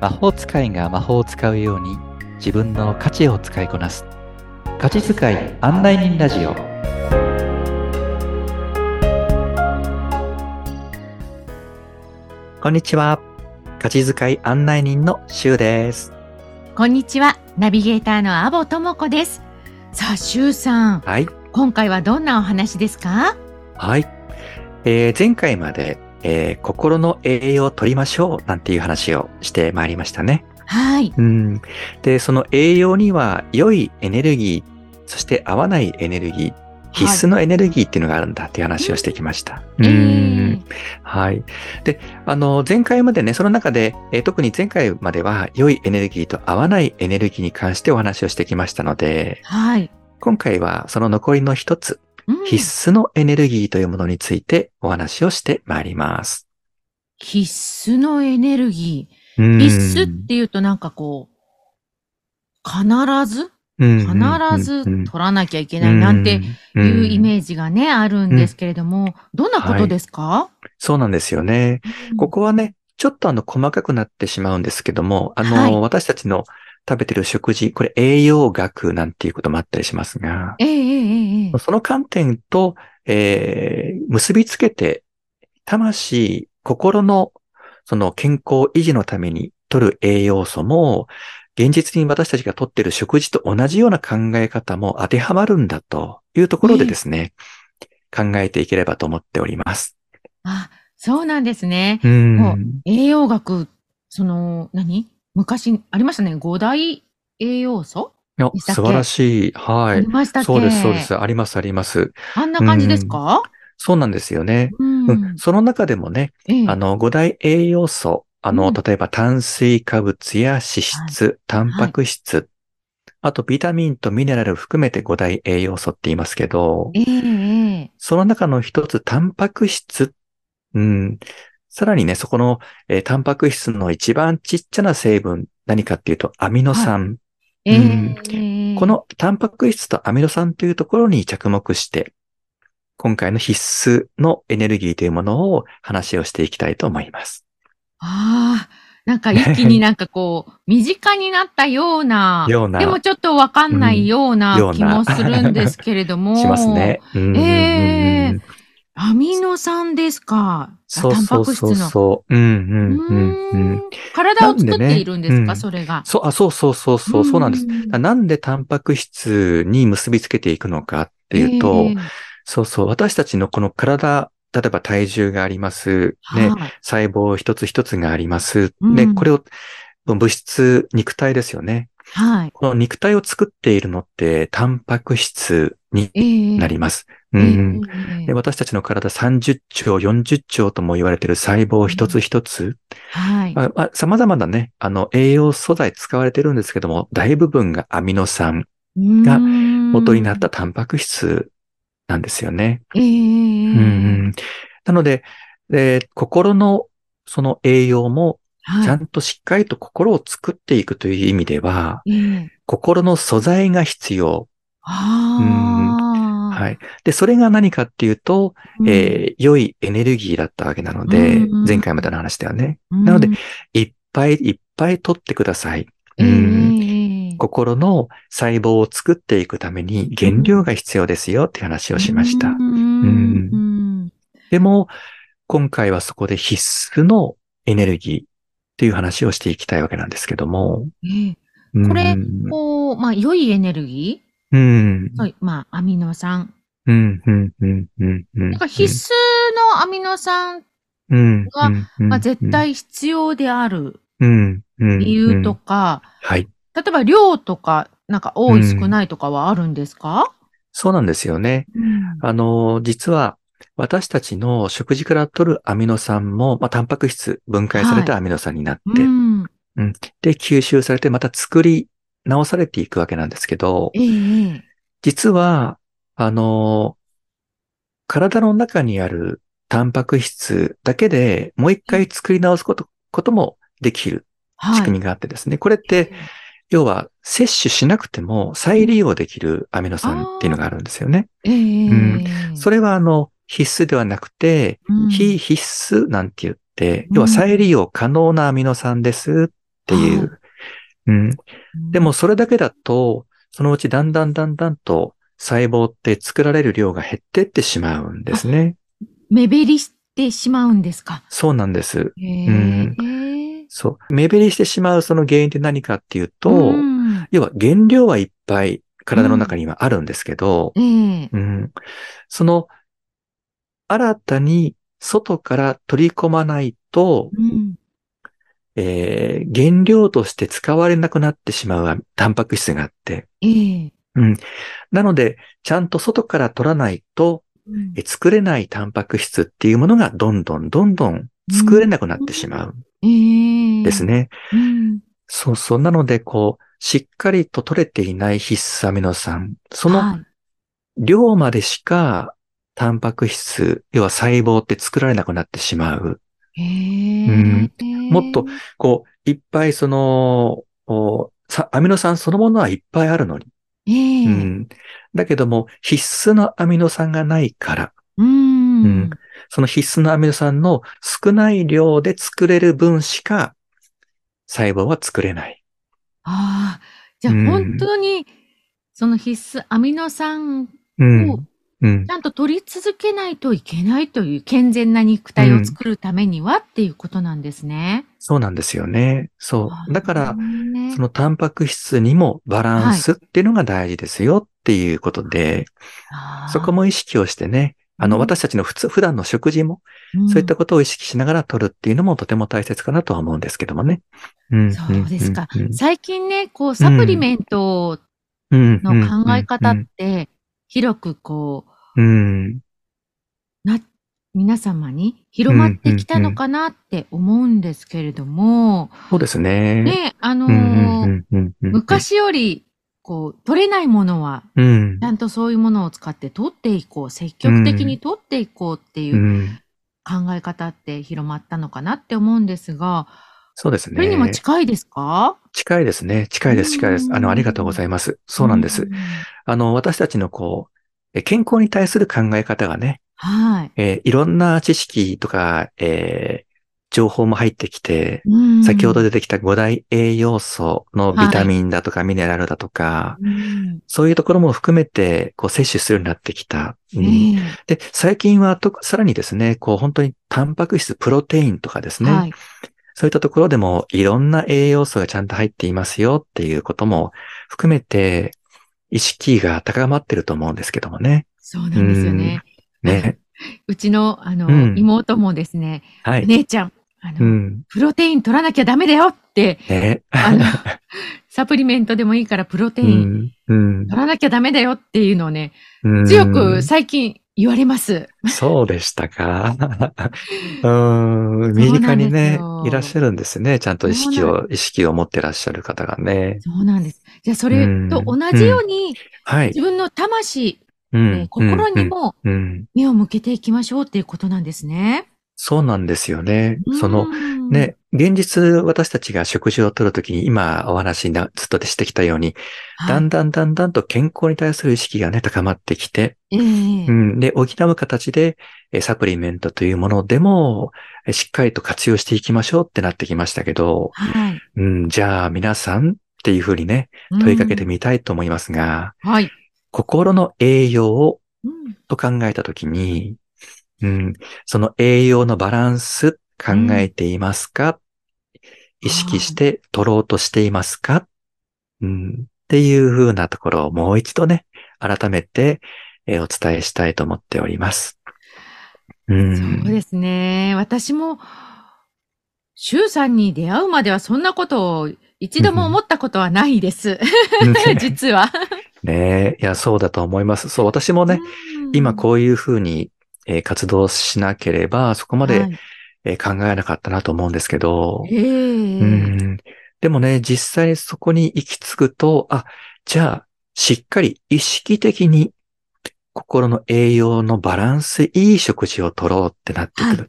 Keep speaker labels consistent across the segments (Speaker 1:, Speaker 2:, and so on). Speaker 1: 魔法使いが魔法を使うように自分の価値を使いこなす価値使い案内人ラジオこんにちは価値使い案内人のシュウです
Speaker 2: こんにちは、ナビゲーターのアボともこです。さあ、しゅうさん、
Speaker 1: はい
Speaker 2: 今回はどんなお話ですか
Speaker 1: はい、えー前回まで、えー心の栄養を取りましょうなんていう話をしてまいりましたね
Speaker 2: はい、
Speaker 1: うん。で、その栄養には良いエネルギー、そして合わないエネルギー、必須のエネルギーっていうのがあるんだっていう話をしてきました。うん。はい。で、あの、前回までね、その中で、えー特に前回までは良いエネルギーと合わないエネルギーに関してお話をしてきましたので、
Speaker 2: はい、
Speaker 1: 今回はその残りの一つ、
Speaker 2: うん
Speaker 1: 必須のエネルギーというものについてお話をしてまいります。
Speaker 2: 必須のエネルギ
Speaker 1: うん
Speaker 2: ー。必須っていうとなんかこう、必ず
Speaker 1: うん
Speaker 2: 必ず取らなきゃいけ
Speaker 1: れ
Speaker 2: ないなんていうイ
Speaker 1: ージ
Speaker 2: メージがね、あるんですけれども、どんなことですか、
Speaker 1: そうなんですよね。
Speaker 2: うん
Speaker 1: ここはね、ちょっとあの細かくなってしまうんですけども、あの、
Speaker 2: はい
Speaker 1: 私たちの食べてる食事、これ栄養学なんていうこともあったりしますが、
Speaker 2: ええええええ
Speaker 1: その観点と、えー結びつけて、魂、心のその健康維持のために取る栄養素も、現実に私たちが取ってる食事と同じような考え方も当てはまるんだというところでですね、考えていければと思っております。
Speaker 2: あ、そうなんですね。
Speaker 1: うん
Speaker 2: もう栄養学、その、何昔ありましたね。五大栄養素、
Speaker 1: いや
Speaker 2: でしたっけ
Speaker 1: 素晴らしい。は
Speaker 2: あ
Speaker 1: い
Speaker 2: り。ましたっけ
Speaker 1: そうです、そうです。。あります、あります。
Speaker 2: あんな感じですか
Speaker 1: そうなんですよね。
Speaker 2: うん
Speaker 1: うん。その中でもね、
Speaker 2: ええ
Speaker 1: あの、五大栄養素。あの、
Speaker 2: うん
Speaker 1: 例えば炭水化物や脂質、タンパク質、あとビタミンとミネラル含めて五大栄養素って言いますけど、
Speaker 2: ええええ
Speaker 1: その中の一つ、タンパク質。うん。さらにね、そこの、えータンパク質の一番ちっちゃな成分、何かっていうと、アミノ酸。
Speaker 2: ええ
Speaker 1: うん
Speaker 2: ええ
Speaker 1: こ、のタンパク質とアミノ酸というところに着目して、今回の必須のエネルギーというものを話をしていきたいと思います。
Speaker 2: ああ、なんか一気になん かこう、身近になったような、
Speaker 1: ような
Speaker 2: でもちょっとわかんないよう
Speaker 1: うんよ
Speaker 2: な
Speaker 1: う
Speaker 2: 気
Speaker 1: な
Speaker 2: もするんですけれど も。
Speaker 1: しますね。。うん
Speaker 2: ええアミノ酸ですか。あ
Speaker 1: そうそうそう
Speaker 2: タンパク質の。
Speaker 1: そう。うん
Speaker 2: う
Speaker 1: うんうんう
Speaker 2: ー
Speaker 1: ん。
Speaker 2: ん体を作
Speaker 1: な
Speaker 2: っ
Speaker 1: んでね
Speaker 2: ているんですか、
Speaker 1: うん
Speaker 2: それが。
Speaker 1: そう、あ、そうそうそうそう、そうなんです。
Speaker 2: ん
Speaker 1: なんでタンパク質に結びつけていくのかっていうと、そうそう、私たちのこの体、例えば体重があります。
Speaker 2: ええ
Speaker 1: ね、
Speaker 2: はい
Speaker 1: 細胞一つ一つがあります。
Speaker 2: うん
Speaker 1: で、これを、物質、肉体ですよね。
Speaker 2: はい。
Speaker 1: この肉体を作っているのって、タンパク質に
Speaker 2: ええ
Speaker 1: なります。う
Speaker 2: ええ
Speaker 1: ん
Speaker 2: ええ
Speaker 1: で私たちの体30兆、40兆とも言われている細胞一つ一つ、
Speaker 2: はい。
Speaker 1: まあまあ様々なね、あの、栄養素材使われてるんですけども、大部分がアミノ酸が元
Speaker 2: 元
Speaker 1: になっ。たタンパク質なんですよね。
Speaker 2: ええ
Speaker 1: うんうんなので、えー心のその栄養も、
Speaker 2: はい
Speaker 1: ちゃんとしっかりと心を作っていくという意味では、
Speaker 2: ええ
Speaker 1: 心の素材が必要。
Speaker 2: ああ。
Speaker 1: はい。で、それが何かっていうと、えー良いエネルギーだったわけなので、
Speaker 2: うんうん
Speaker 1: 前回までの話だよね。
Speaker 2: うん
Speaker 1: なので、いっぱいいっぱい取ってください。
Speaker 2: ええ
Speaker 1: うん
Speaker 2: ええ
Speaker 1: 心の細胞を作っていくために原料が必要ですよって話をしました。
Speaker 2: うん
Speaker 1: うでも、今回はそこで必須のエネルギーっていう話をしていきたいわけなんですけども。
Speaker 2: え
Speaker 1: うん
Speaker 2: これこう、まあ、良いエネルギ
Speaker 1: うん。
Speaker 2: ー、はい、まあ、アミノ酸。
Speaker 1: うん、うん、うん、うん、うん。
Speaker 2: なんか必須のアミノ酸
Speaker 1: 須
Speaker 2: がが絶、対必要である
Speaker 1: うん、うん
Speaker 2: 理由と
Speaker 1: うん
Speaker 2: か、
Speaker 1: はい。
Speaker 2: 例えば量とか、なんか多い少ないとかはあるんですか、
Speaker 1: そうなんですよね。
Speaker 2: うん
Speaker 1: あの、実は、私たちの食事から取るアミノ酸も、まあ、タンパク質分解されたアミノ酸になって、
Speaker 2: うん
Speaker 1: で、吸収されて、また作り直されていくわけなんですけど、
Speaker 2: ええええ
Speaker 1: 実は、あの、体の中にあるタンパク質だけでもう一回作り直すこと、こともできる
Speaker 2: はい、
Speaker 1: 仕組みがあってですね。これって、要は摂取しなくても再利用できるアミノ酸っていうのがあるんですよね。
Speaker 2: ええ
Speaker 1: んそ
Speaker 2: れ、
Speaker 1: れはあの、必須ではなくて、
Speaker 2: うん
Speaker 1: 非必須なんて言って、
Speaker 2: うん
Speaker 1: 要は再利用可能なアミノ酸ですっってい。
Speaker 2: はいう
Speaker 1: うん。
Speaker 2: うん
Speaker 1: でも、それだけだと、そのうちだんだんだんだんと細胞って作られる量が減ってってしまうんですね。
Speaker 2: 目減りしてしまうんですか。
Speaker 1: そうなんです。
Speaker 2: へえ。
Speaker 1: そう。目減りしてしまうその原因って何かっていうと、
Speaker 2: うん
Speaker 1: 要は原料はいっぱい体の中にはあるんですけど、
Speaker 2: ええ
Speaker 1: うんその新たに外から取り込まないと、
Speaker 2: うん
Speaker 1: えー原料として使われなくなってしまうタンパク質があって、
Speaker 2: ええ
Speaker 1: なので、ちゃんと外から取らないと、
Speaker 2: うん
Speaker 1: え作れないタンパク質っていうものがどんどんどんどん作れなくなってしまうん
Speaker 2: ええ
Speaker 1: です。ね。
Speaker 2: うん
Speaker 1: そうそう。なので、こう、しっかりと取れていない必須アミノ酸、その
Speaker 2: はい
Speaker 1: 量までしかタンパク質、要は細胞って作られなくなってしまう。
Speaker 2: へ
Speaker 1: うん
Speaker 2: え。
Speaker 1: もっとこう、いっぱいその、おさアミノ酸そのものはいっぱいあるのに。
Speaker 2: ええ。
Speaker 1: うん、だけども、必須のアミノ酸がないから、
Speaker 2: うん
Speaker 1: うんその必須のアミノ酸の少ない量で作れる分しか細胞は作れない。
Speaker 2: ああ。じゃあ
Speaker 1: うん
Speaker 2: 本当に、その必須アミノ酸を
Speaker 1: うん。うん
Speaker 2: ち。ゃんと取り続けないといけないという健全な肉体を作るためにはっていうことなんですね。
Speaker 1: そうなんですよね。そう。だから、
Speaker 2: ね
Speaker 1: そのタンパク質にもバランスっていうのが大事ですよっていうことで、そこ、も意識をしてね、あの、
Speaker 2: うん
Speaker 1: 私たちの普通、普段の食事も、そういったことを意識しながら取るっていうのもとても大切かなとは思うんですけどもね。うん
Speaker 2: とそうですか
Speaker 1: うん。
Speaker 2: 最近ね、こう、サプリメント
Speaker 1: うん
Speaker 2: の考え方って、広くこ
Speaker 1: うん。
Speaker 2: う、な、皆様に広まってきたのかなって思うんですけれども、
Speaker 1: そうですね。
Speaker 2: ね、あの
Speaker 1: うんうんう
Speaker 2: ー、
Speaker 1: んうんうん、
Speaker 2: 昔より、こう、取れないものは、
Speaker 1: うん、
Speaker 2: ちゃんとそういうものを使って取っていこう、積極的に取っていこうっていううん考え方って広まったのかなって思うんですが、
Speaker 1: そうです
Speaker 2: それにも
Speaker 1: ね。
Speaker 2: 近いですか
Speaker 1: 近いですね。近いです、近いです。あ
Speaker 2: う
Speaker 1: の、
Speaker 2: ん
Speaker 1: ありがとうございます。そうなんです。。あの、私たちのこう、え健康に対する考え方がね、
Speaker 2: はい。
Speaker 1: えーいろんな知識とか、えー情報も入ってきて、
Speaker 2: うん
Speaker 1: 先ほど出てきた5大栄養素のビタミンだとかミネラルだとか、
Speaker 2: うん
Speaker 1: そういうところも含めて、こう、摂取するようになってきた。うん
Speaker 2: ね
Speaker 1: で、最近はと、さらにですね、こう、本当にタンパク質、プロテインとかです
Speaker 2: え
Speaker 1: ね、
Speaker 2: はい。
Speaker 1: そういったところでもいろんな栄養素がちゃんと入っていますよっていうことも含めて意識が高まってると思うんですけどもね。
Speaker 2: そうなんですよね。
Speaker 1: ね。
Speaker 2: うちの、あの、
Speaker 1: うん
Speaker 2: 妹もですね、
Speaker 1: は
Speaker 2: お
Speaker 1: い。
Speaker 2: 姉ちゃん、あの、
Speaker 1: うん。
Speaker 2: プロテイン取らなきゃダメだよって、
Speaker 1: ね。
Speaker 2: あの、 サプリメントでもいいからプロテ
Speaker 1: う
Speaker 2: イン
Speaker 1: ん。うん
Speaker 2: 取らなきゃダメだよっていうのをね、
Speaker 1: うん
Speaker 2: 強く最近言われます。
Speaker 1: そうでした か。うん。身近にね
Speaker 2: そうなんですよ、
Speaker 1: いらっしゃるんですね。ちゃんと意識
Speaker 2: そう
Speaker 1: を、意識を持ってらっしゃる方がね。
Speaker 2: そうなんです。じゃあ、それと同じように、
Speaker 1: はい。
Speaker 2: 自分の魂、
Speaker 1: う
Speaker 2: えー
Speaker 1: ん。
Speaker 2: 心にも
Speaker 1: うん。うん。
Speaker 2: 目を向けていきましょうっていうことなんですね。
Speaker 1: そうなんですよね。その、
Speaker 2: うん、
Speaker 1: ね、現実私たちが食事をとるときに今お話なずっとしてきたように、
Speaker 2: はい、
Speaker 1: だんだんだんだんと健康に対する意識がね、高まってきて、
Speaker 2: ええ
Speaker 1: うん、で、補う形で、えサプリメントというものでも、えしっかりと活用していきましょうってなってきましたけど、
Speaker 2: はい。
Speaker 1: うん、じゃあ皆さんっていうふうにね、問いかけてみたいと思いますが、
Speaker 2: うんはい。
Speaker 1: 心の栄養を
Speaker 2: うん
Speaker 1: と考えたときに、うん、その栄養のバランス考えていますか、意識して取ろうとしていますか、うん、っていうふうなところをもう一度ね、改めて、えーお伝えしたいと思っております。うん、
Speaker 2: そうですね。私も、周さんに出会うまではそんなことを一度も思ったことはないです。
Speaker 1: ね
Speaker 2: 実は。
Speaker 1: ねえいや、そうだと思います。そう、私もね、今こういうふうに、えー活動しなければ、そこ
Speaker 2: こ
Speaker 1: まで、
Speaker 2: はい、
Speaker 1: えー考えなかったなと思うんですけど、
Speaker 2: ええ
Speaker 1: うんでもね、実際にそこに行き着くと、あ、じゃあ、しっかり意識的に心の栄養のバランスいい食事を取ろうってなってくる。
Speaker 2: うん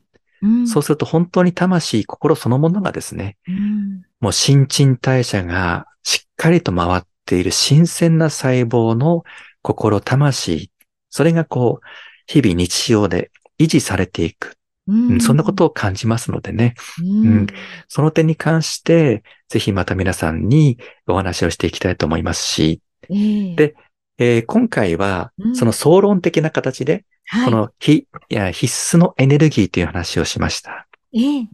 Speaker 1: そうすると本当に魂、心そのものがですね、
Speaker 2: うん
Speaker 1: もう新陳代謝がしっかりと回っている新鮮な細胞の心、魂、それがこう、日々日常で維持されていく。
Speaker 2: う
Speaker 1: うんそんなことを感じますのでね、
Speaker 2: うん、
Speaker 1: うんその点に関して、ぜひまた皆さんにお話をしていきたいと思いますし、
Speaker 2: ええ
Speaker 1: でえー今回は
Speaker 2: う、ん
Speaker 1: その総論的な形で、
Speaker 2: はい
Speaker 1: この非いや必須のエネルギーという話をしました。
Speaker 2: ええ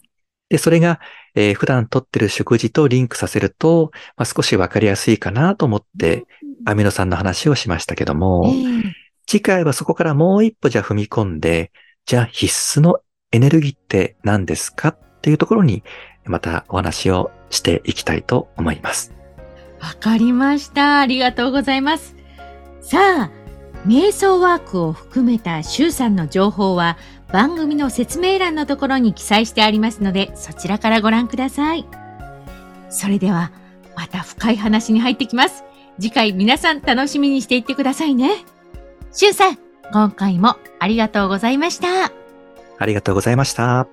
Speaker 1: で、それが、えー普段取ってる食事とリンクさせると、まあ、少しわかりやすいかなと思って、アミノ酸の話をしましたけども、
Speaker 2: ええ
Speaker 1: 次回はそこからもう一歩じゃあ踏み込んで、じゃあ必須のエネルギーって何ですかっていうところにまたお話をしていきたいと思います。
Speaker 2: わかりました。ありがとうございます。さあ、瞑想ワークを含めた周さんの情報は番組の説明欄のところに記載してありますので、そちらからご覧ください。それでは、また深い話に入ってきます。次回皆さん楽しみにしていってくださいね。周さん、今回もありがとうございました。
Speaker 1: ありがとうございました。